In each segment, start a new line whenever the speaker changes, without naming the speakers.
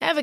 Ever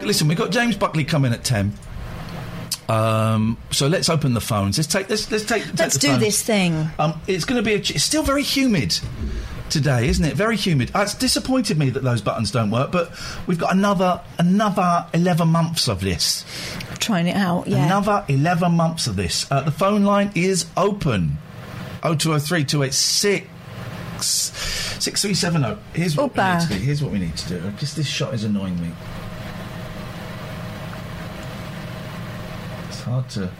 Listen, we've got James Buckley coming at ten. Um, so let's open the phones. Let's take. Let's, let's take. take
Let's
the
do
phones.
this thing.
Um, it's going to be. A, ch- it's still very humid today, isn't it? Very humid. Uh, it's disappointed me that those buttons don't work, but we've got another another eleven months of this.
Trying it out, yeah.
Another eleven months of this. Uh, the phone line is open. 0203 286 6370. oh. Here's what we
Opa.
need to do. Here's what we need to do. Just this shot is annoying me. It's hard to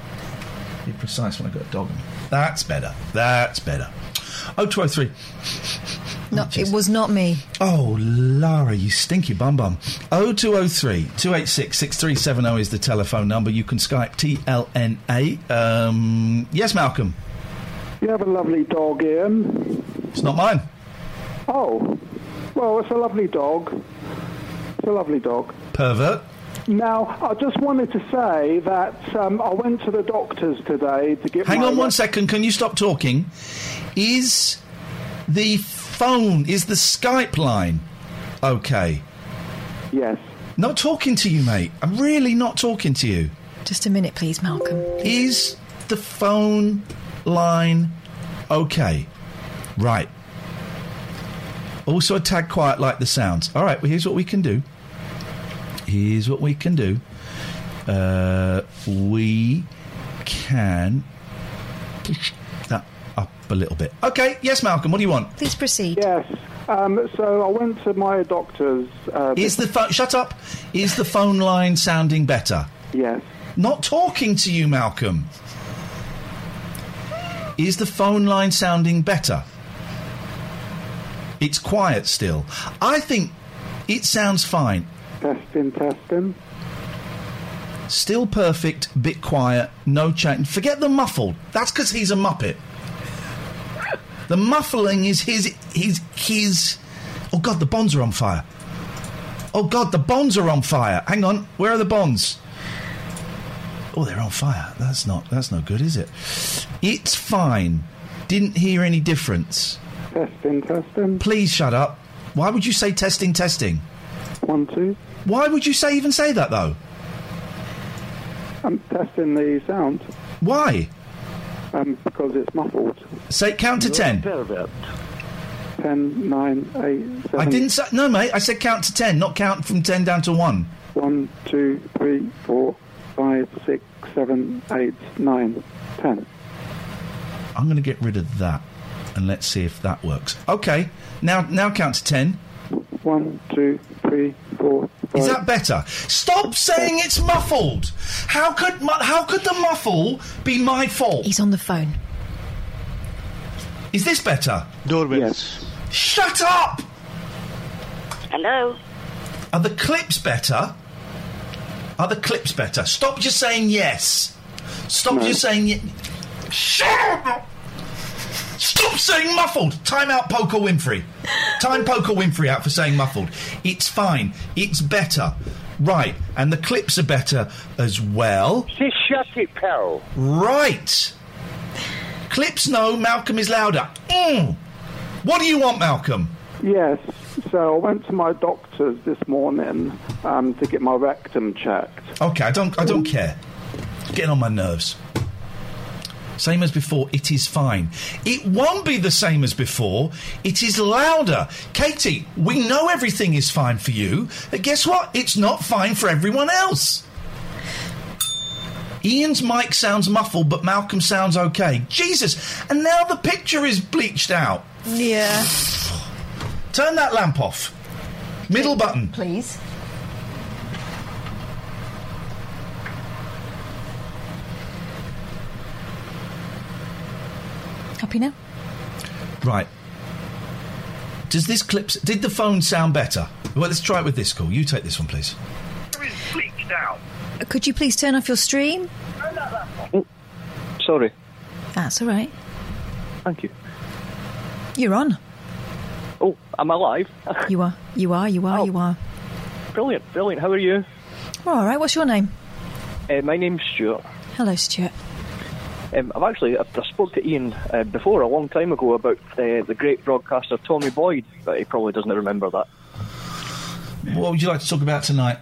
be precise when I've got a dog. in me. That's better. That's better. 0203.
No, it was not me.
Oh, Lara, you stinky bum bum. 0203 286 6370 is the telephone number. You can Skype TLNA. Um, yes, Malcolm.
You have a lovely dog, Ian.
It's not mine.
Oh, well, it's a lovely dog. It's a lovely dog.
Pervert.
Now, I just wanted to say that um, I went to the doctor's today to get.
Hang
my
on one second. Can you stop talking? Is the phone, is the Skype line okay?
Yes.
Not talking to you, mate. I'm really not talking to you.
Just a minute, please, Malcolm.
Is the phone line okay? Right. Also, a tag quiet like the sounds. All right, well, here's what we can do. Here's what we can do. Uh, we can push that up a little bit. Okay, yes, Malcolm, what do you want?
Please proceed.
Yes. Um, so I went to my doctor's. Uh,
Is the phone. Shut up. Is the phone line sounding better?
yes.
Not talking to you, Malcolm. Is the phone line sounding better? It's quiet still. I think it sounds fine.
Testing, testing.
Still perfect, bit quiet, no chat. Forget the muffled. That's because he's a muppet. The muffling is his, his, his. Oh God, the bonds are on fire. Oh God, the bonds are on fire. Hang on, where are the bonds? Oh, they're on fire. That's not. That's no good, is it? It's fine. Didn't hear any difference.
Testing, testing.
Please shut up. Why would you say testing, testing?
One, two.
Why would you say even say that though?
I'm testing the sound
Why?
um, because it's muffled.
Say count to ten.
Ten, nine, eight, seven.
I didn't say no, mate. I said count to ten, not count from ten down to one.
One, two, three, four, five, six, seven, eight, nine, ten.
I'm going to get rid of that, and let's see if that works. Okay, now now count to ten.
One, two, three, four, five.
Is that better? Stop saying it's muffled. How could mu- how could the muffle be my fault?
He's on the phone.
Is this better?
Doorbell.
Yes.
Shut up.
Hello.
Are the clips better? Are the clips better? Stop just saying yes. Stop just saying yes. Shut up! Stop saying muffled. Time out, Poker Winfrey. Time Poker Winfrey out for saying muffled. It's fine. It's better. Right, and the clips are better as well.
Just shut it, pal.
Right. Clips no, Malcolm is louder. Mm. What do you want, Malcolm?
Yes. So I went to my doctor's this morning um, to get my rectum checked.
Okay, I don't. I don't care. It's getting on my nerves. Same as before. It is fine. It won't be the same as before. It is louder. Katie, we know everything is fine for you, but guess what? It's not fine for everyone else. Ian's mic sounds muffled, but Malcolm sounds okay. Jesus! And now the picture is bleached out.
Yeah.
Turn that lamp off. Middle button.
Please. Happy now?
Right. Does this clip? s- Did the phone sound better? Well, let's try it with this call. You take this one, please.
Uh, Could you please turn off your stream?
Mm. Sorry.
That's all right.
Thank you.
You're on.
Oh, I'm alive.
You are. You are. You are.
Oh.
You are.
brilliant, brilliant. How are you?
Well, all right. What's your name?
Uh, my name's Stuart.
Hello, Stuart.
Um, I've actually I, I spoke to Ian uh, before a long time ago about uh, the great broadcaster Tommy Boyd, but he probably doesn't remember that.
What would you like to talk about tonight?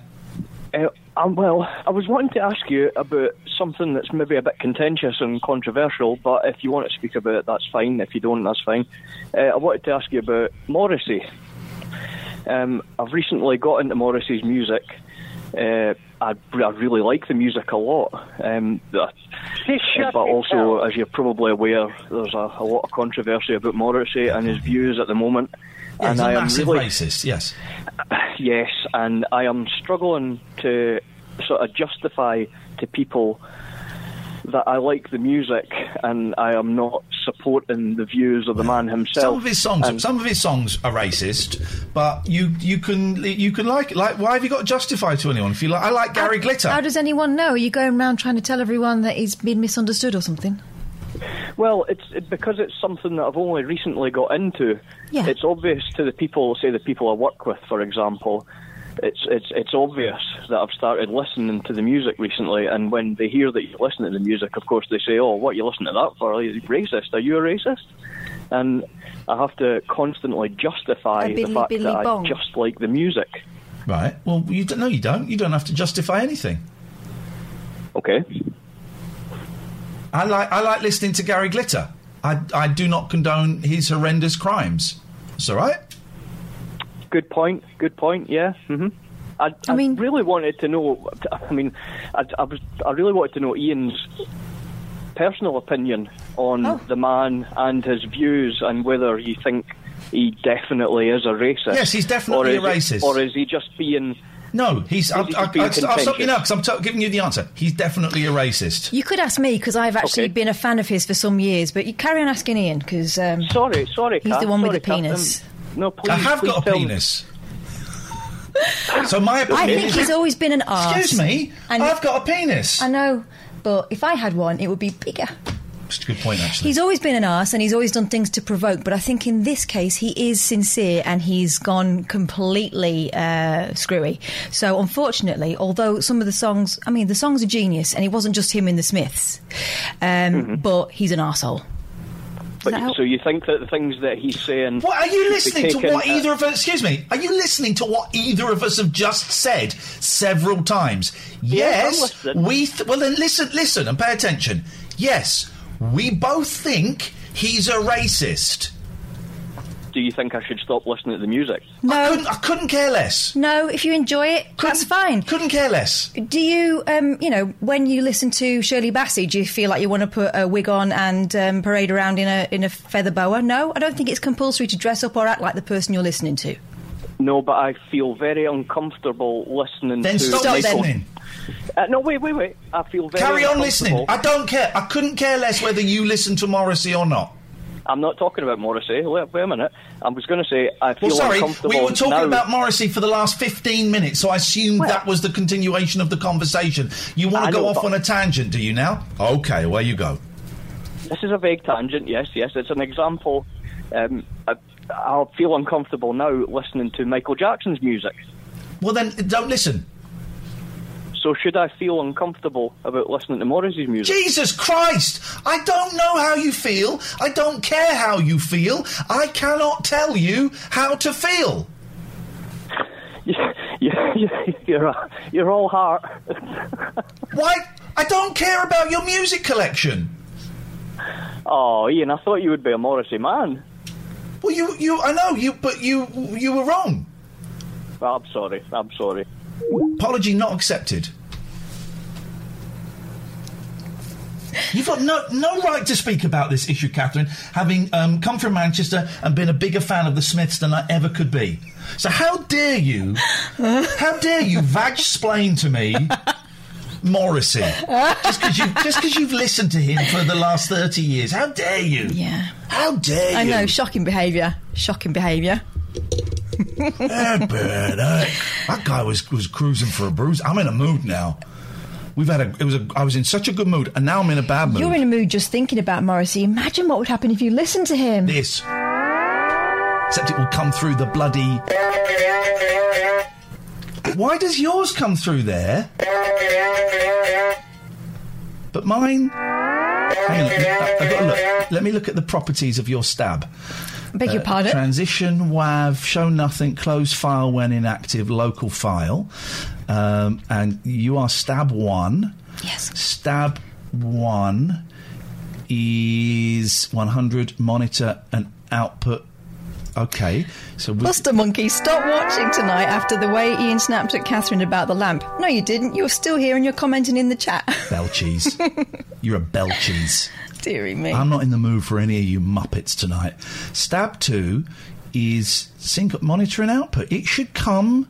Uh, um, well, I was wanting to ask you about something that's maybe a bit contentious and controversial, but if you want to speak about it, that's fine. If you don't, that's fine. Uh, I wanted to ask you about Morrissey. Um, I've recently got into Morrissey's music. Uh, I, I really like the music a lot. Um, but but also, as you're probably aware, there's a, a lot of controversy about Morrissey and his views at the moment.
Yeah,
and
he's a
I am
massive
really
racist. Yes.
Yes, and I am struggling to sort of justify to people that I like the music and I am not supporting the views of the man himself.
Some of his songs, some of his songs are racist, but you you can you can like it. Like, why have you got to justify to anyone? If you like, I like Gary Glitter.
How does anyone know? Are you going round trying to tell everyone that he's been misunderstood or something?
Well, it's it, because it's something that I've only recently got into.
Yeah.
It's obvious to the people, say the people I work with, for example. It's it's it's obvious that I've started listening to the music recently, and when they hear that you're listening to the music, of course they say, "Oh, what are you listening to that for? Are you racist? Are you a racist?" And I have to constantly justify
A
the
billy,
fact
billy
that
bong.
I just like the music.
Right. Well, you don't. No, you don't. You don't have to justify anything.
Okay.
I like I like listening to Gary Glitter. I I do not condone his horrendous crimes. It's all right.
Good point. Good point. Yeah.
Mm-hmm.
hmm I, I
mean-
really wanted to know. I mean, I, I was. I really wanted to know Ian's personal opinion on
Oh.
the man and his views, and whether you think he definitely is a racist.
Yes, he's definitely
or is
a
he-
racist.
or is he just being?
No, he's. I, I,
Maybe
I,
he's being
I'll stop you
contentious.
now because I'm t- giving you the answer. He's definitely a racist.
You could ask me because I've actually
Okay.
been a fan of his for some years. But you carry on asking Ian because um,
Sorry, sorry.
He's
Kath,
the one with
sorry,
the
Kath,
penis.
um, no, please.
I have
please
got a
tell me-
penis. so my opinion.
I think
is-
he's always been an arse.
Excuse me.
And-
I've got a penis.
I know, but if I had one, it would be bigger.
It's a good point, actually.
He's always been an arse and he's always done things to provoke, but I think in this case he is sincere and he's gone completely uh, screwy. So unfortunately, although some of the songs, I mean, the songs are genius and it wasn't just him in the Smiths, um, but he's an arsehole.
Mm-hmm. But-
that help?
so you think that the things that he's saying?
What are
should
you
be
listening to?
taken
What
as-
either of us? Excuse me. Are you listening to what either of us have just said several times?
Yeah, I'm
Yes,
listening.
we. Th- well, then listen, listen, and pay attention. Yes, we both think he's a racist.
Do you think I should stop listening to the music?
I
No,
couldn't, I couldn't care less.
no, if you enjoy it, that's
Hmm.
fine.
Couldn't care less.
Do you, um, you know, when you listen to Shirley Bassey, do you feel like you want to put a wig on and um, parade around in a in a feather boa? No, I don't think it's compulsory to dress up or act like the person you're listening to.
No, but I feel very uncomfortable listening
Then
to.
stop,
Stop then.
listening.
Uh, no, wait, wait, wait. I feel very
Carry on
uncomfortable.
listening. I don't care. I couldn't care less whether you listen to Morrissey or not.
I'm not talking about Morrissey. Wait, wait a minute. I was going to say I feel
Well, sorry,
uncomfortable
we were talking
now.
about Morrissey for the last 15 minutes, so I assumed that was the continuation of the conversation. You want
I
to go
know,
off
but-
on a tangent, do you now? Okay, away you go.
This is a vague tangent. Yes, yes. It's an example. Um, I, I feel uncomfortable now listening to Michael Jackson's music.
Well, then, don't listen.
So should I feel uncomfortable about listening to Morrissey's music?
Jesus Christ! I don't know how you feel. I don't care how you feel. I cannot tell you how to feel.
you, you, you, you're, a- you're all heart.
Why? I don't care about your music collection.
Oh, Ian, I thought you would be a Morrissey man.
Well, you, you, I know you, but you, you were wrong.
I'm sorry. I'm sorry.
Apology not accepted. You've got no, no right to speak about this issue, Catherine, having um, come from Manchester and been a bigger fan of the Smiths than I ever could be. So how dare you, how dare you vag-splain to me Morrissey, just because you've, just 'cause you've listened to him for the last 30 years. How dare you?
Yeah.
How dare
I
you?
know, shocking behaviour. Shocking behaviour.
Yeah, but, uh, that guy was was cruising for a bruise. I'm in a mood now. We've had a. It was a. I was in such a good mood, and now I'm in a bad mood.
You're in a mood just thinking about Morrissey. Imagine what would happen if you listened to him.
this. Except it will come through the bloody. Why does yours come through there? But mine. Hang on. I- I've got to look. Let me look at the properties of your stab.
Beg your
Uh,
pardon.
Transition, WAV, show nothing, close file when inactive, local file. Um, and you are stab one.
Yes.
Stab one is 100, monitor and output. Okay. So we,
Buster Monkey, stop watching tonight after the way Ian snapped at Catherine about the lamp. No, you didn't. You're still here and you're commenting in the chat.
bell cheese. You're a bell cheese.
Deary me.
I'm not in the mood for any of you Muppets tonight. Stab two is sync up monitor and output. It should come.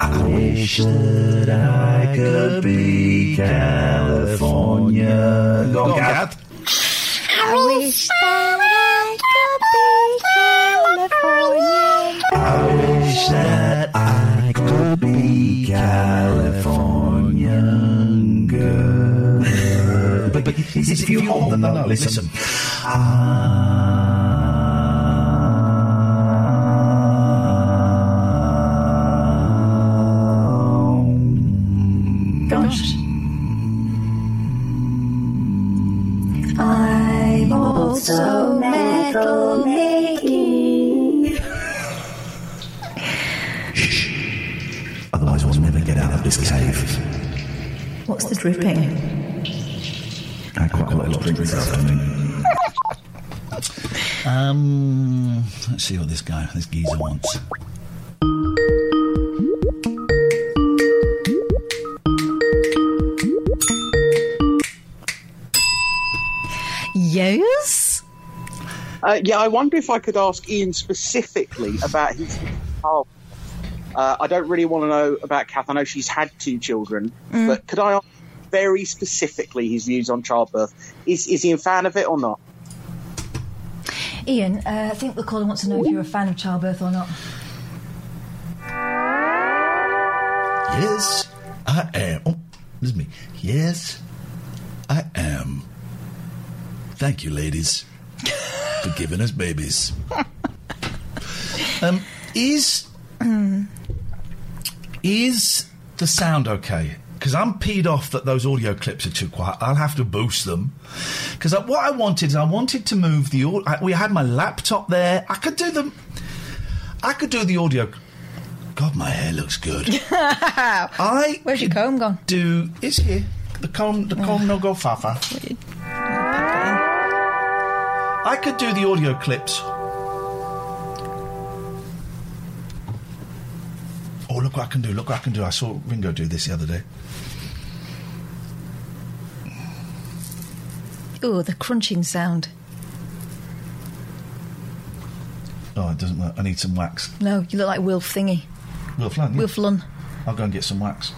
I wish that I could be California. Go on, Gath.
I wish that I could be California.
I wish that I could be Californian girl. but, but it's if you hold them, no, listen.
Gosh.
I'm also metal making.
Otherwise, we'll never get out of this cave.
What's the dripping?
I had quite a lot to drink this afternoon. um, let's see what this guy, this geezer wants.
Yes?
Uh, yeah, I wonder if I could ask Ian specifically about his child. Uh, I don't really want to know about Kath. I know she's had two children, but could I ask very specifically his views on childbirth? Is is he a fan of it or not?
Ian, uh, I think the caller wants to know if you're a fan of childbirth or not.
Yes, I am. Oh, this is me. Yes, I am. Thank you, ladies, for giving us babies. um, is is the sound okay? Because I'm peed off that those audio clips are too quiet. I'll have to boost them. Because what I wanted is I wanted to move the. au- I, we had my laptop there. I could do the. I could do the audio. God, my hair looks good. I
Where's your comb gone?
do is here the comb the comb no go fafa. I could do the audio clips. Oh look what I can do! Look what I can do! I saw Ringo do this the other day.
Oh, the crunching sound.
Oh, it doesn't work. I need some wax.
No, you look like Wilf Thingy.
Will Flynn. yeah.
Wilf Lun.
I'll go and get some wax.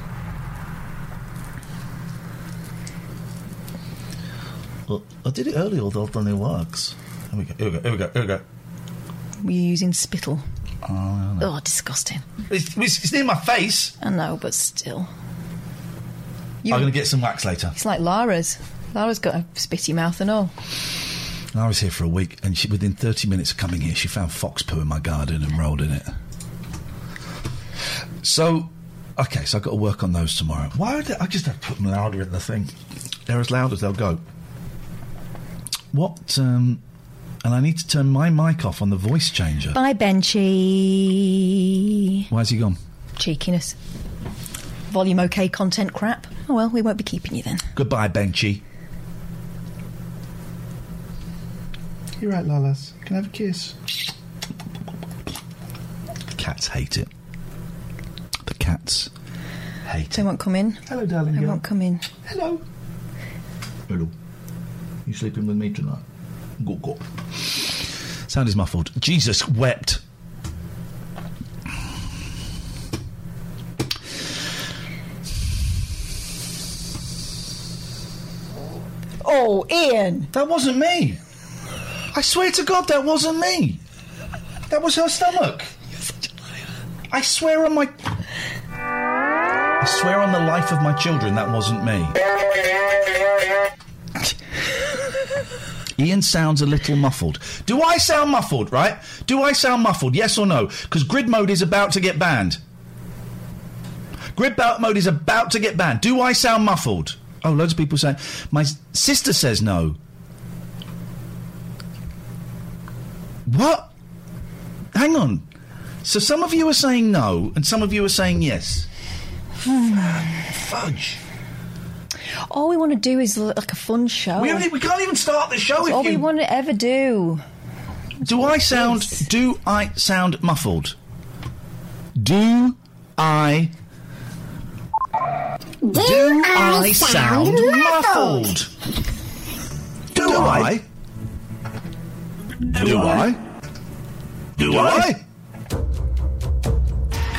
Well, I did it earlier, although I've done no wax. Here we go. Here we go. Here we go. Here we go.
Were you using spittle? oh, disgusting.
It's, it's it's near my face.
I know, but still.
I'm going to get some wax later.
It's like Lara's. Lara's got a spitty mouth and all.
And I was here for a week, and she, within 30 minutes of coming here, she found fox poo in my garden and rolled in it. So, okay, so I've got to work on those tomorrow. Why would they, I just have to put them louder in the thing? They're as loud as they'll go. What? Um, and I need to turn my mic off on the voice changer.
Bye, Benchy.
Why's he gone?
Cheekiness. Volume OK content crap. Oh well, we won't be keeping you then.
Goodbye, Benchy.
You're right, Lalas. Can I have a kiss?
Cats hate it. The cats hate
They won't come in.
Hello, darling
They
girl.
won't come in.
Hello. Hello. You sleeping with me tonight? Go go.
Sound is muffled. Jesus wept.
Oh, Ian!
That wasn't me. I swear to God, that wasn't me. That was her stomach. I swear on my. I swear on the life of my children, that wasn't me. Ian sounds a little muffled. Do I sound muffled, right? Do I sound muffled, yes or no? Because grid mode is about to get banned. Grid belt mode is about to get banned. Do I sound muffled? Oh, loads of people saying. My s- sister says no. What? Hang on. So some of you are saying no, and some of you are saying yes.
Hmm.
Fudge.
All we want to do is l- like a fun show.
We, only, we can't even start the show
That's
if
all
you.
we want to ever do.
Do I sound? Do I sound muffled? Do I? Do, I sound muffled? Do I? Do I? Do I?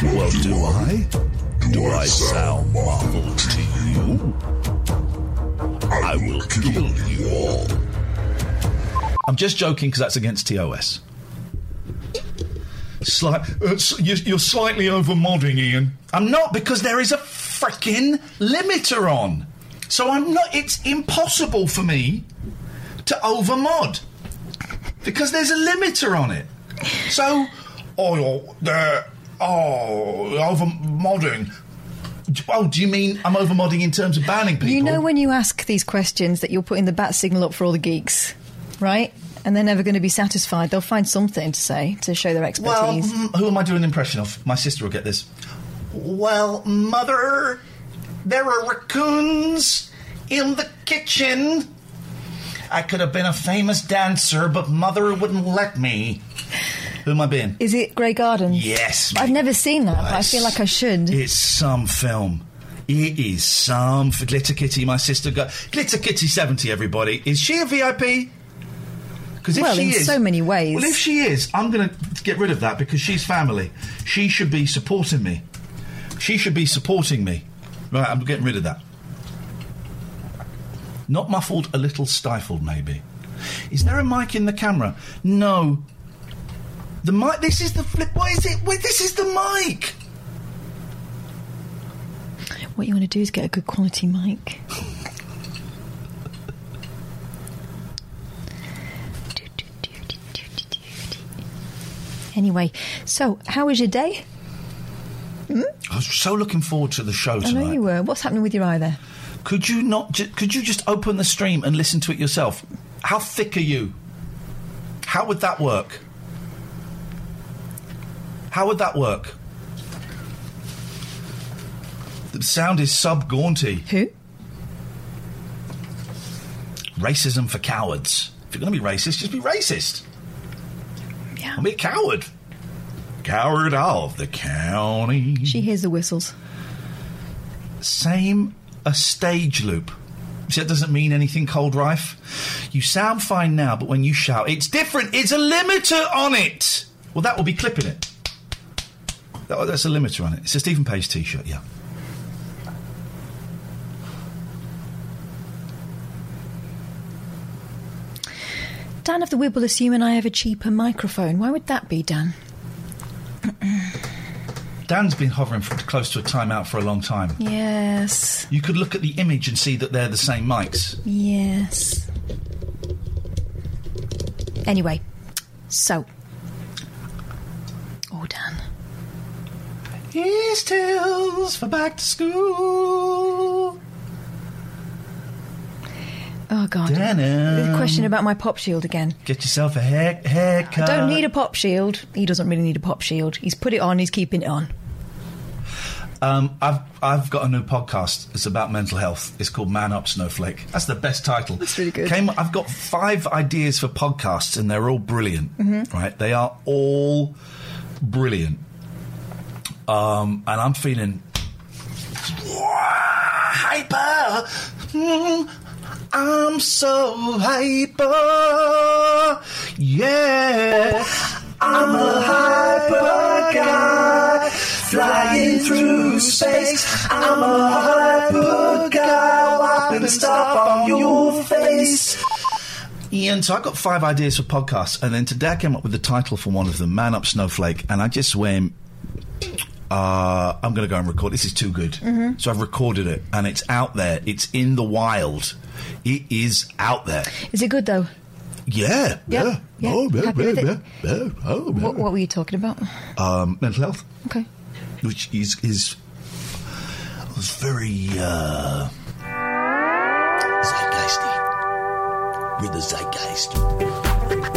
Well, do I? Do I sound muffled to you? I will kill you all. I'm just joking because that's against TOS. Slight, uh, s- you- you're slightly over modding, Ian. I'm not because there is a freaking limiter on. So I'm not. It's impossible for me to over mod because there's a limiter on it. So, oh, you're there. Oh, over modding. Oh, do you mean I'm over modding in terms of banning people?
You know when you ask these questions that you're putting the bat signal up for all the geeks, right? And they're never going to be satisfied. They'll find something to say to show their
Well,
expertise.
mm, who am I doing an impression of? My sister will get this. Well, mother, there are raccoons in the kitchen. I could have been a famous dancer, but mother wouldn't let me. Who am I being?
Is it Grey Gardens?
Yes.
I've never seen that, but I feel like I should.
It's some film. It is some f- Glitter Kitty. My sister got Glitter Kitty seventy. Everybody, is she a VIP? Because if
Well,
she
in
is,
so many ways.
Well, if she is, I'm going to get rid of that because she's family. She should be supporting me. She should be supporting me. Right, I'm getting rid of that. Not muffled, a little stifled, maybe. Is there a mic in the camera? No. The mic. This is the flip. What is it? Wait, this is the mic.
What you want to do is get a good quality mic. Anyway, so how was your day?
I was so looking forward to the show
I know
tonight.
you were. What's happening with your eye there?
Could you not? Ju- could you just open the stream and listen to it yourself? How thick are you? How would that work? How would that work? The sound is sub gaunty.
Who?
Racism for cowards. If you're going to be racist, just be racist.
Yeah.
And be a coward. Coward of the county.
She hears the whistles.
same a stage loop. See, that doesn't mean anything, Cold Rife. You sound fine now, but when you shout, it's different. It's a limiter on it. Well, that will be clipping it. That- that's a limiter on it. It's a Stephen Page T-shirt. Yeah.
Dan of the Wib will assume and I have a cheaper microphone. Why would that be, Dan?
Dan's been hovering for, close to a timeout for a long time.
Yes.
You could look at the image and see that they're the same mics.
Yes. Anyway, so. Oh, Dan.
Here's tales for back to school.
Oh God!
Denim.
The question about my pop shield again.
uh, Get yourself a hair-
I
haircut.
don't need a pop shield. He doesn't really need a pop shield. He's put it on. He's keeping it on.
Um, I've I've got a new podcast. It's about mental health. It's called Man Up Snowflake. That's the best title. That's really good. Came, I've got five ideas for podcasts, and they're all brilliant.
Mhm.
Right? They are all brilliant. Um, and I'm feeling
Hyper.
Mm-hmm.
Mm, I'm so hyper. Yeah. I'm a hyper guy. Flying through space. I'm a hyper guy. Wiping stuff on your face.
Ian, so I got five ideas for podcasts, and then today I came up with the title for one of them, Man Up Snowflake, and I just went, uh, I'm going to go and record. This is too good.
Mhm.
So I've recorded it, and it's out there. It's in the wild. It is out there.
Is it good though?
Yeah.
Yep.
Yeah.
Yeah.
Oh, yeah,
Happy
yeah,
with it?
yeah, yeah. Oh, yeah.
What, what were you talking about?
Um, mental health.
Okay.
Which is, is was very, uh, zeitgeisty. We're the zeitgeist.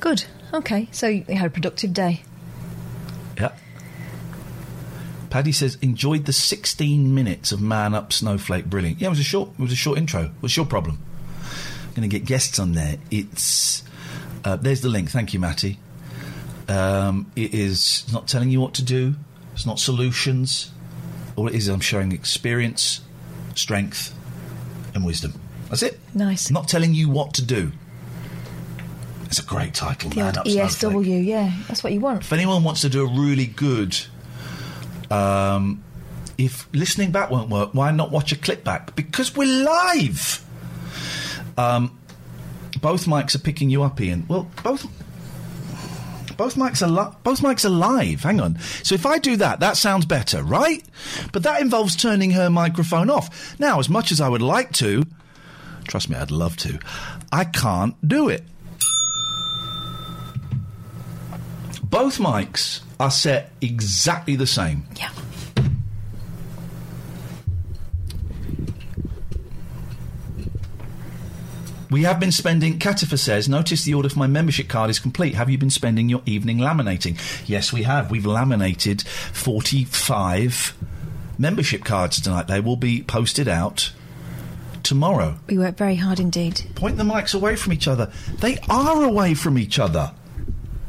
Good. Okay. So you had a productive day.
Yeah. Paddy says enjoyed the 16 minutes of Man Up Snowflake. Brilliant. Yeah, it was a short. It was a short intro. What's your problem? I'm going to get guests on there. It's uh, there's the link. Thank you, Matty. Um, it is it's not telling you what to do. It's not solutions. All it is, I'm showing experience, strength, and wisdom. That's it.
Nice.
Not telling you what to do. It's a great title,
The
Man
odd
Up Snowflake.
ESW. Yeah, that's what you want.
If anyone wants to do a really good, um, if listening back won't work, why not watch a clip back? Because we're live. Um, both mics are picking you up, Ian. Well, both. Both mics are li- both mics are live. Hang on. So if I do that, that sounds better, right? But that involves turning her microphone off. Now, as much as I would like to, trust me, I'd love to, I can't do it. Both mics are set exactly the same. Yeah. We have been spending, Catifa says, notice the order for my membership card is complete. Have you been spending your evening laminating? Yes, we have. We've laminated 45 membership cards tonight. They will be posted out tomorrow.
We worked very hard indeed.
Point the mics away from each other. They are away from each other.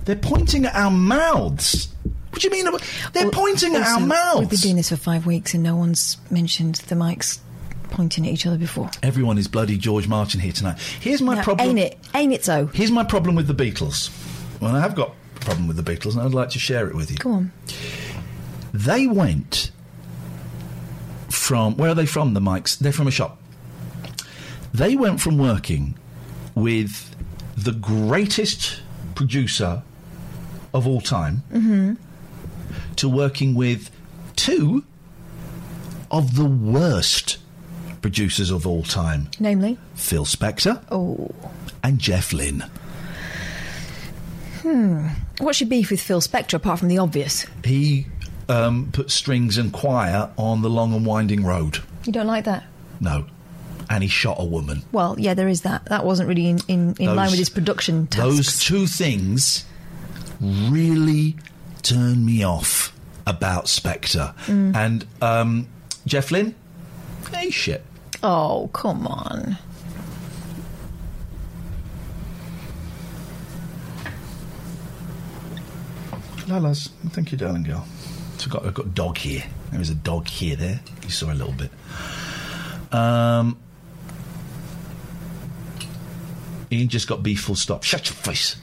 They're pointing at our mouths. What do you mean? They're pointing at our
Also,
mouths.
We've been doing this for five weeks, and no one's mentioned the mics pointing at each other before.
Everyone is bloody George Martin here tonight. Here's my
Now,
problem.
Ain't it? Ain't it so?
Here's my problem with the Beatles. Well, I have got a problem with the Beatles, and I'd like to share it with you.
Go on.
They went from where are they from? The mics. They're from a shop. They went from working with the greatest producer of all time
Mm-hmm.
to working with two of the worst producers of all time,
Namely.
Phil Spector
Oh.
and Jeff Lynne.
Hmm. What's your beef with Phil Spector apart from the obvious?
He um, put strings and choir on the long and winding road.
You don't like that?
No, and he shot a woman.
Well, yeah, there is that. That wasn't really in, in, in
Those-
line with his production tasks.
Those two things really turn me off about Spectre.
Mm.
And um, Jeff Lynne, hey shit.
Oh, come on.
Lalas, thank you, darling girl. So I've got, I've got a dog here. There is a dog here there. You saw a little bit. Um, Ian just got beef full stop. Shut your face.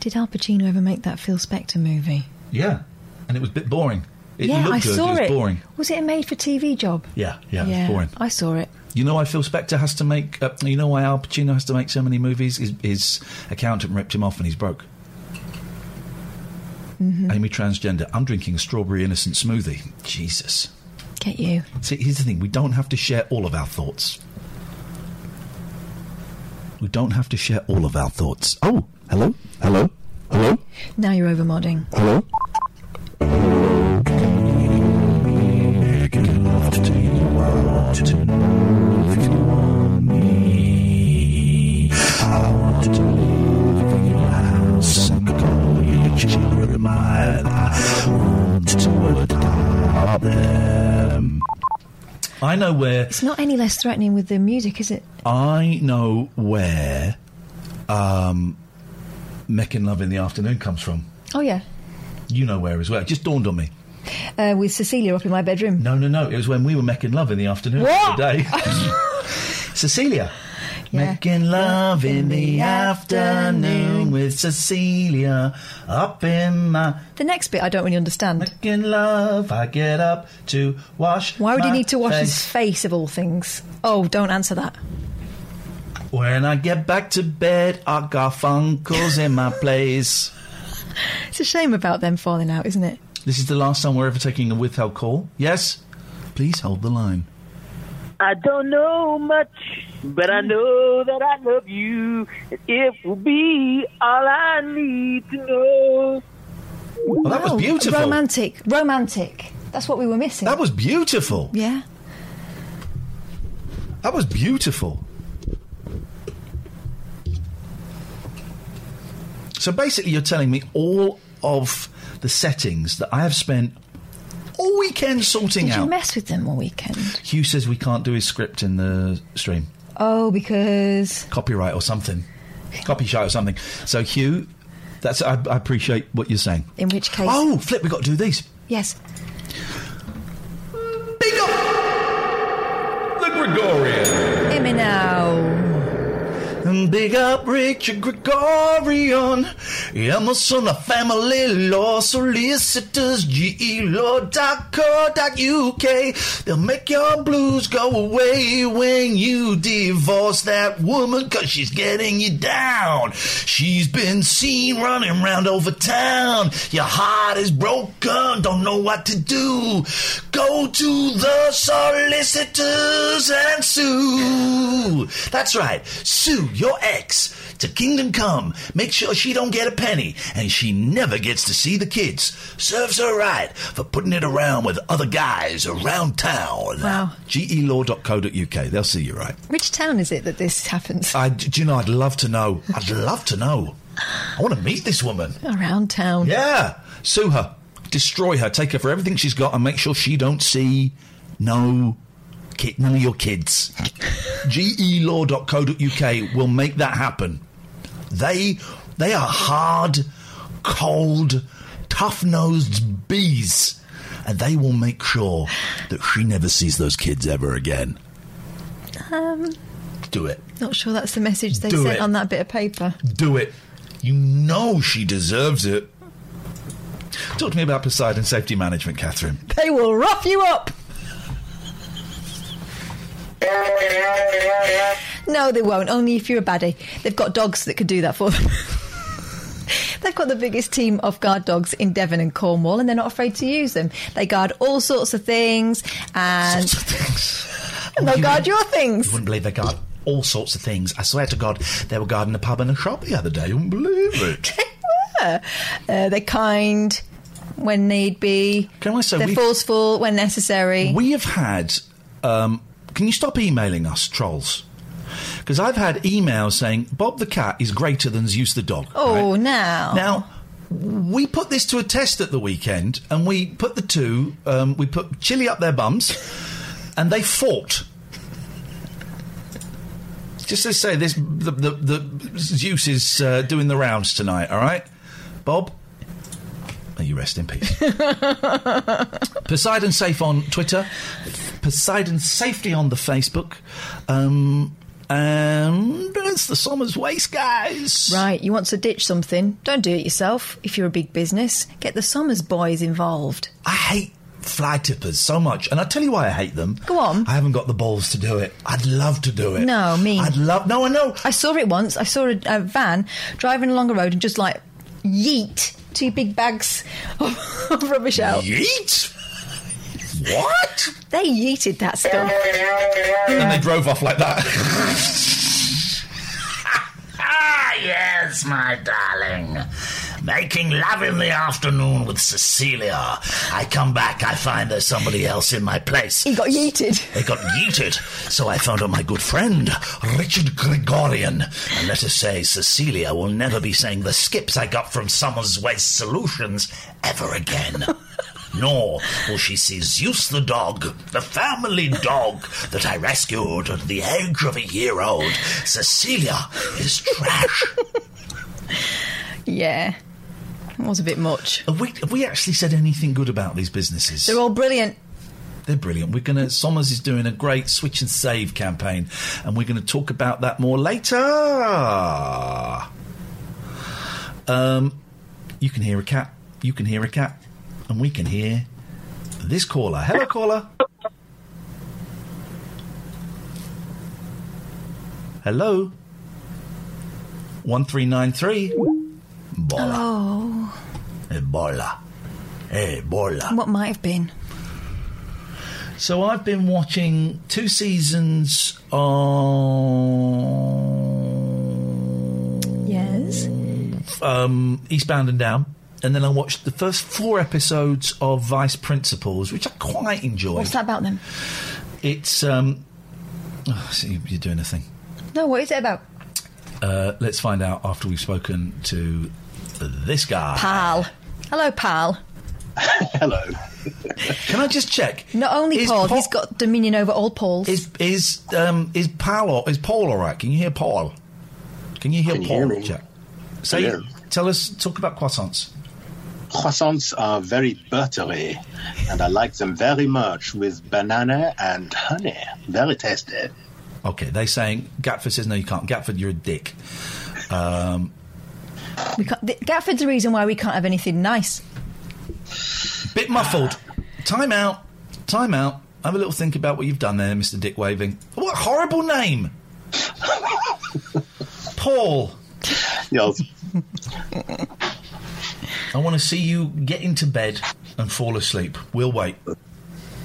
Did Al Pacino ever make that Phil Spector movie?
Yeah. And it was a bit boring. It
yeah,
looked
I
good.
saw
it was boring.
Was it a made for TV job?
Yeah, yeah, it was boring.
I saw it.
You know why Phil Spector has to make. Uh, you know why Al Pacino has to make so many movies? His, his accountant ripped him off and he's broke.
hmm
Amy transgender. I'm drinking a strawberry innocent smoothie. Jesus.
Get you.
See, here's the thing: we don't have to share all of our thoughts. We don't have to share all of our thoughts. Oh, hello, hello, hello,
Now you're over modding.
hello. I know where.
It's not any less threatening with the music, is it?
I know where. Um, making love in the afternoon comes from.
Oh, yeah.
You know where as well. It just dawned on me.
Uh, with Cecilia up in my bedroom.
No, no, no. It was when we were making love in the afternoon
What?
today. Cecilia. Making love in the afternoon with Cecilia up in my.
The next bit I don't really understand.
Making love, I get up to wash.
Why would he
my
need to wash
face.
his face of all things? Oh, don't answer that.
When I get back to bed, I got funkles in my place.
It's a shame about them falling out, isn't it?
This is the last time we're ever taking a withheld call. Yes? Please hold the line.
I don't know much, but I know that I love you. And It will be all I need to know.
Well, Oh, that was
Wow,
beautiful.
Oh, Romantic. Romantic. That's what we were missing.
That was beautiful.
Yeah.
That was beautiful. So basically, you're telling me all of the settings that I have spent all weekend sorting
Did you
out.
mess with them all weekend?
Hugh says we can't do his script in the stream.
Oh, because.
Copyright or something. Copy shot or something. So, Hugh, that's I, I appreciate what you're saying.
In which case.
Oh, flip, we've got to do these.
Yes.
The Gregorian.
Hear me now.
And Big up Richard Gregorian. Emerson, on the family law solicitors, E gelaw.co.uk. They'll make your blues go away when you divorce that woman, cause she's getting you down. She's been seen running round over town. Your heart is broken, don't know what to do. Go to the solicitors and sue. That's right, sue your ex to kingdom come. Make sure she don't get a penny and she never gets to see the kids. Serves her right for putting it around with other guys around town. E
Wow.
gelaw.co.uk. They'll see you right.
Which town is it that this happens?
I, do you know, I'd love to know. I'd love to know. I want to meet this woman.
Around town.
Yeah. Sue her. Destroy her. Take her for everything she's got and make sure she don't see no kid, none of your kids. E gelaw.co.uk will make that happen. They they are hard, cold, tough-nosed bees. And they will make sure that she never sees those kids ever again.
Um,
Do it.
not sure that's the message they
Do
sent
it.
on that bit of paper.
Do it. You know she deserves it. Talk to me about Poseidon safety management, Catherine.
They will rough you up. No, they won't. Only if you're a baddie. They've got dogs that could do that for them. They've got the biggest team of guard dogs in Devon and Cornwall, and they're not afraid to use them. They guard all sorts of things, and and they'll guard your
You
things.
wouldn't believe they guard all sorts of things. I swear to God, they were guarding a pub and a shop the other day. You wouldn't believe it.
Yeah. Uh, they're kind when need be.
Can I say
they're
we've-
forceful when necessary?
We have had. Um, can you stop emailing us, trolls? Because I've had emails saying Bob the cat is greater than Zeus the dog.
oh, now
Now, we put this to a test at the weekend, and we put the two, um, we put chili up their bums, and they fought. Just to say, this the, the, the Zeus is uh, doing the rounds tonight. All right, Bob. May you rest in peace. Poseidon Safe on Twitter, Poseidon Safety on the Facebook, um, and it's the Sommer's Waste guys.
Right, you want to ditch something? Don't do it yourself. If you're a big business, get the Summers boys involved.
I hate fly tippers so much, and I tell you why I hate them.
Go on.
I haven't got the balls to do it. I'd love to do it.
No, me.
I'd love. No, I know.
I saw it once. I saw a, a van driving along a road and just like yeet two big bags of, of rubbish out.
Yeet. What?
They yeeted that stuff.
And they drove off like that.
Ah, yes, my darling. Making love in the afternoon with Cecilia. I come back, I find there's somebody else in my place.
He got yeeted.
They got yeeted, so I found out my good friend, Richard Gregorian. And let us say, Cecilia will never be saying the skips I got from Summers Waste Solutions ever again. Nor will she see Zeus the dog, the family dog that I rescued at the age of a year old. Cecilia is trash.
Yeah, that was a bit much.
have, we, have we actually said anything good about these businesses?
They're all brilliant.
They're brilliant. We're going to. Sommers is doing a great switch and save campaign, and we're going to talk about that more later. Um, you can hear a cat. You can hear a cat, and we can hear this caller. Hello, caller. Hello. One three nine three. Bola. Eh,
Oh,
Ebola. Eh, Ebola.
what might have been?
So I've been watching two seasons of
Yes.
um, Eastbound and Down, and then I watched the first four episodes of Vice Principals, which I quite enjoyed.
What's that about then?
It's um, oh, so you- you're doing a thing.
No, what is it about?
Uh, let's find out after we've spoken to this guy.
Pal. Hello, pal.
Hello. Can I just check?
Not only
Is
Paul,
Paul-
he's got dominion over all Pauls.
Is is um is Paul all- is Paul all right? Can you hear Paul? Can you hear
Can you
Paul?
hear me?
Jack? Say,
Hello.
tell us, talk about croissants.
Croissants are very buttery, and I like them very much with banana and honey. Very tasty.
Okay, they saying Gatford says no, you can't. Gatford, you're a dick. Um,
We can't, th- Gatford's the reason why we can't have anything nice.
bit muffled.
Ah.
Time out. Time out. Have a little think about what you've done there, Mister Dick Waving. What a horrible name, Paul.
Yes.
I want to see you get into bed and fall asleep. We'll wait.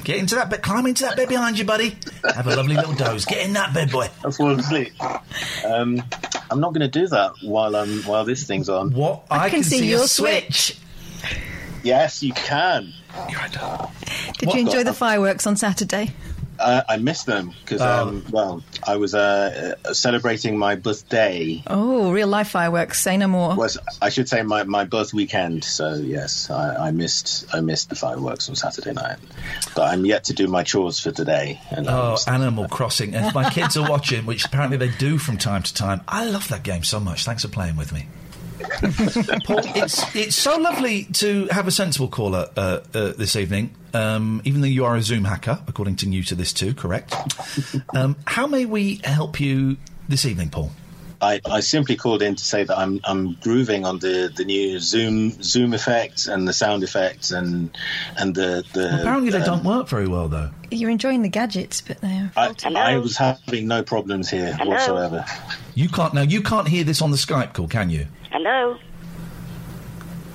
Get into that bed. Climb into that bed behind you, buddy. Have a lovely little doze. Get in that bed, boy.
I fall asleep. Um, I'm not going to do that while I'm while this thing's on.
What
I,
can can see see your your switch.
Yes, you can.
Did you enjoy the fireworks on Saturday?
Uh, I missed them because, um, well, I was uh, uh, celebrating my birthday.
Oh, real life fireworks. Say no more.
Was I should say my, my birth weekend. So yes, I, I missed I missed the fireworks on Saturday night, but I'm yet to do my chores for today. And um, I'm
Oh, Animal Crossing. If my kids are watching, which apparently they do from time to time, I love that game so much. Thanks for playing with me. Paul, it's it's so lovely to have a sensible caller uh, uh, this evening. Um, even though you are a Zoom hacker, according to new to this too, correct? Um, how may we help you this evening, Paul?
I, I simply called in to say that I'm I'm grooving on the, the new Zoom Zoom effects and the sound effects and and the, the
Apparently, they
um,
don't work very well, though.
You're enjoying the gadgets, but they're
I,
faulty.
I was having no problems here
Oh, Hello?
whatsoever.
You can't now. You can't hear this on the Skype call, can you?
Hello.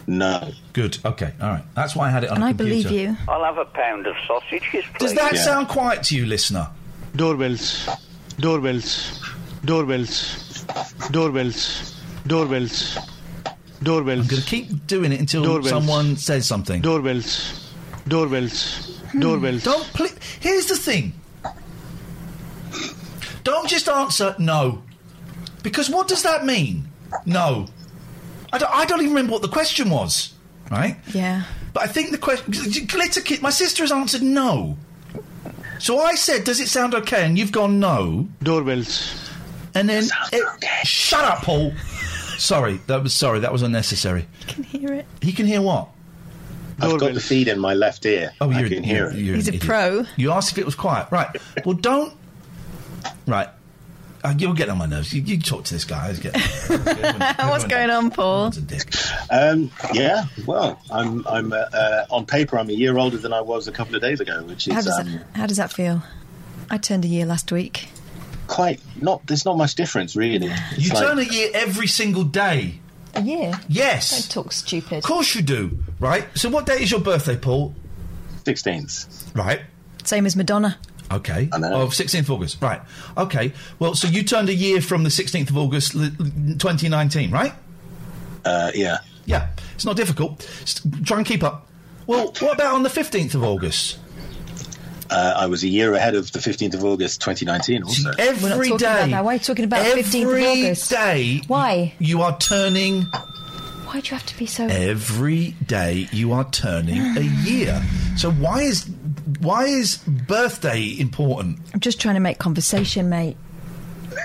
No.
Good. Okay. All right. That's why I had it on. a computer.
I'll have a pound of sausages, please.
Does that sound quiet to you, listener?
Doorbells. Doorbells. Doorbells. Doorbells. Doorbells. Doorbells.
I'm going to keep doing it until
Doorbells.
someone says something.
Doorbells. Doorbells. Doorbells.
Don't. Pl- Here's the thing. Don't just answer no, because what does that mean? No, I don't, I don't even remember what the question was. Right?
Yeah.
But I think the question. Glitter Kid. My sister has answered no. So I said, "Does it sound okay?" And you've gone no.
Doorbells.
And then it- shut up, Paul. sorry, that was sorry. That was unnecessary.
I can hear it.
He can hear what?
I've got the feed in my left ear.
Oh,
I
you're,
can hear it.
you're an idiot. You asked if it was quiet, right? Well, don't. Right, uh, you'll get on my nerves. You, you talk to this guy. Let's get.
Oh, What's going on, Paul?
Um, yeah, well, I'm I'm uh, uh, on paper I'm a year older than I was a couple of days ago, which
How
is
does
um,
that, how does that feel? I turned a year last week.
quite not. There's not much difference really. It's
You
like-
turn a year every single day.
A year?
Yes.
Don't talk stupid.
Of course you do. Right. So, what date is your birthday, Paul?
Sixteenth.
Right.
Same as Madonna.
Okay. Of 16th of August. Right. Okay. Well, so you turned a year from the 16th of August, l- l- 2019, right?
Uh, yeah.
Yeah. It's not difficult. S- try and keep up. Well, what about on the 15th of August?
Uh, I was a year ahead of the 15th of August 2019 also.
We're not
Every
talking about
day.
that. Why are you talking about the 15th of
Every
August?
day.
Why?
You are turning.
Why do you have to be so.
Every day you are turning a year. So why is why is birthday important?
I'm just trying to make conversation, mate.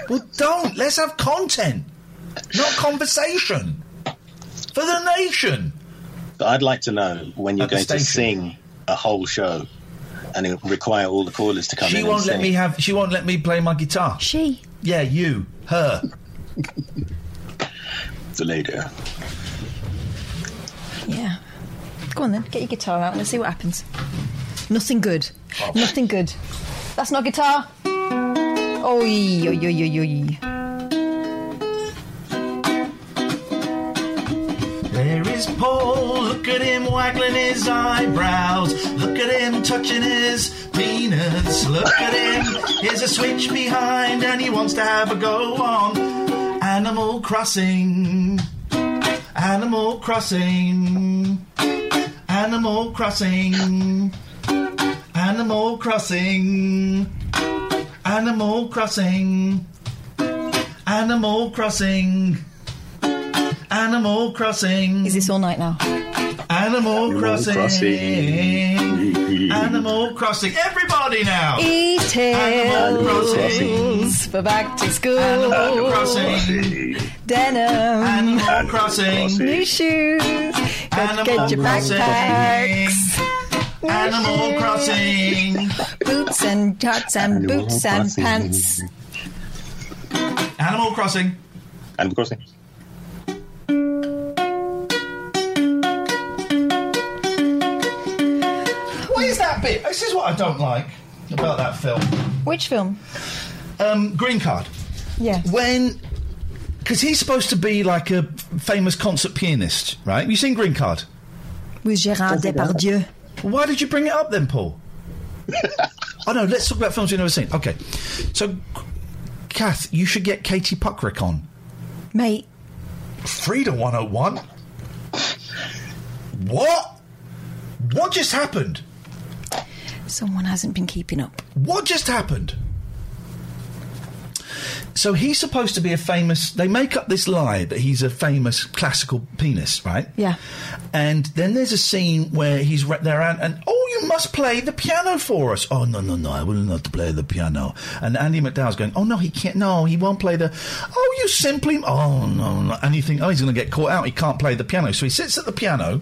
Well, don't. Let's have content, not conversation. For the nation.
But I'd like to know when you're
At the
going to
station.
sing a whole show and it require all the callers to come
She
in
won't
and
let
sing.
me have. She won't let me play my guitar.
She.
Yeah, you. Her.
the later.
Yeah. Go on then, get your guitar out and let's see what happens. Nothing good. Nothing good. That's not guitar. Oi, oi, oi, oi, oi.
There is Paul. Look at him waggling his eyebrows. Look at him touching his penis. Look at him. Here's a switch behind, and he wants to have a go on Animal Crossing. Animal Crossing. Animal Crossing. Animal Crossing. Animal Crossing. Animal Crossing. Animal Crossing. Is
this all night now?
Animal, Crossing.
Crossing.
Animal Crossing. Everybody now.
E
Animal Crossing.
tails for back to school.
Animal Crossing.
Denim.
Animal Crossing.
New shoes. Got to get your
Crossing.
backpacks. New
Animal
shoes.
Crossing.
Boots and hats and
Animal
boots and
Crossing.
pants.
Animal Crossing.
Animal Crossing.
What is that bit? This is what I don't like about that film.
Which film?
Um, Green Card.
Yeah.
When. Because he's supposed to be like a famous concert pianist, right? Have you seen Green Card?
With Gérard Depardieu.
Why did you bring it up then, Paul? oh no, let's talk about films you've never seen. Okay, so Kath, you should get Katie Puckrick on.
Mate,
Frida 101. What? What just happened?
someone hasn't been keeping up.
What just happened? So he's supposed to be a famous. They make up this lie that he's a famous classical pianist, right?
Yeah.
And then there's a scene where he's re- there, and, and all you you must play the piano for us. Oh, no, no, no, I will not play the piano. And Andy McDowell's going, oh, no, he can't, no, he won't play the, oh, you simply, oh, no, no. And you think, oh, he's going to get caught out, he can't play the piano. So he sits at the piano,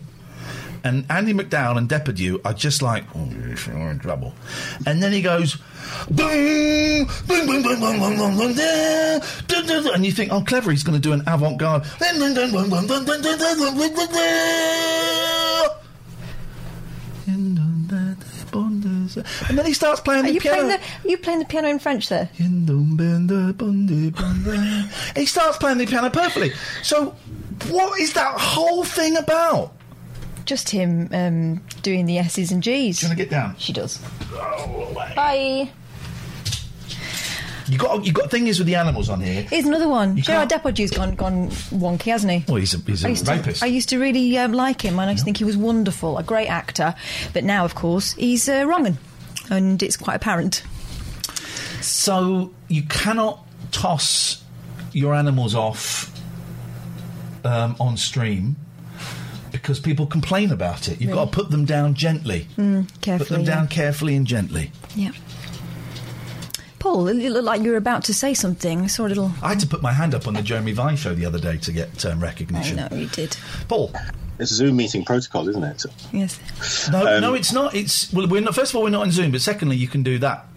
and Andy McDowell and Depardieu are just like, oh, we're in trouble. And then he goes, boom, boom, boom, boom, boom, boom, boom, boom, da, da, da, da. and you think, oh, clever, he's going to do an avant-garde. Dun, dun, dun, dun, dun, dun, dun, dun, dun, dun, dun, dun, dun. And then he starts playing
Are
the
you
piano.
playing the are you playing the piano in French there?
he starts playing the piano perfectly. So, what is that whole thing about?
Just him um, doing the S's and G's. Do you
want to get down?
She does. Bye.
You got you got thing is with the animals on here.
Here's another one. Gerard Depardieu's gone gone wonky, hasn't he?
Well, he's a, he's a
I used, to,
rapist.
I used to really um, like him, and I used to think he was wonderful, a great actor. But now, of course, he's uh, wronging, and it's quite apparent.
So you cannot toss your animals off um, on stream because people complain about it. You've got to put them down gently.
Mm,
Put them
carefully.
down carefully and gently.
Yeah. Paul, you look like you were about to say something. I saw a little.
I had to put my hand up on the Jeremy Vine show the other day to get um,
I
recognition.
know you did.
Paul.
It's a Zoom meeting protocol, isn't it?
Yes.
No,
Um,
no, it's not. It's well, we're not. First of all, we're not on Zoom, but secondly, you can do that.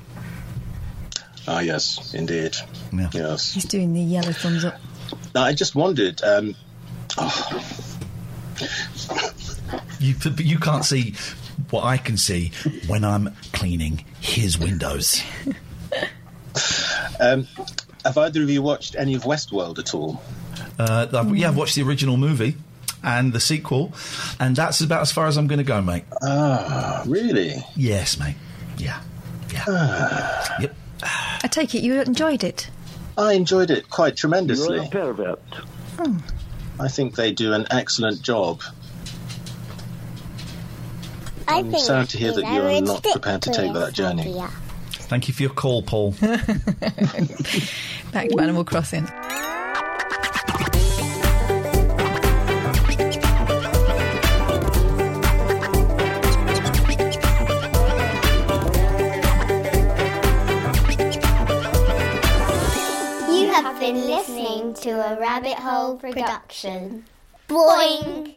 Ah, yes, indeed. Yes.
He's doing the yellow thumbs up.
No, I just wondered. Um, oh,
You, but you can't see what I can see when I'm cleaning his windows.
um, have either of you watched any of Westworld at all?
Uh, I've, yeah, I've watched the original movie and the sequel, and that's about as far as I'm going to go, mate.
Ah, really?
Yes, mate. Yeah. Yeah. yep.
I take it you enjoyed it.
I enjoyed it quite tremendously.
You're a Hmm.
I think they do an excellent job.
I
I'm sad to hear that you are not prepared to take that journey.
Thank you for your call, Paul.
Back to Animal Crossing.
You have been listening to a Rabbit Hole production. Boing!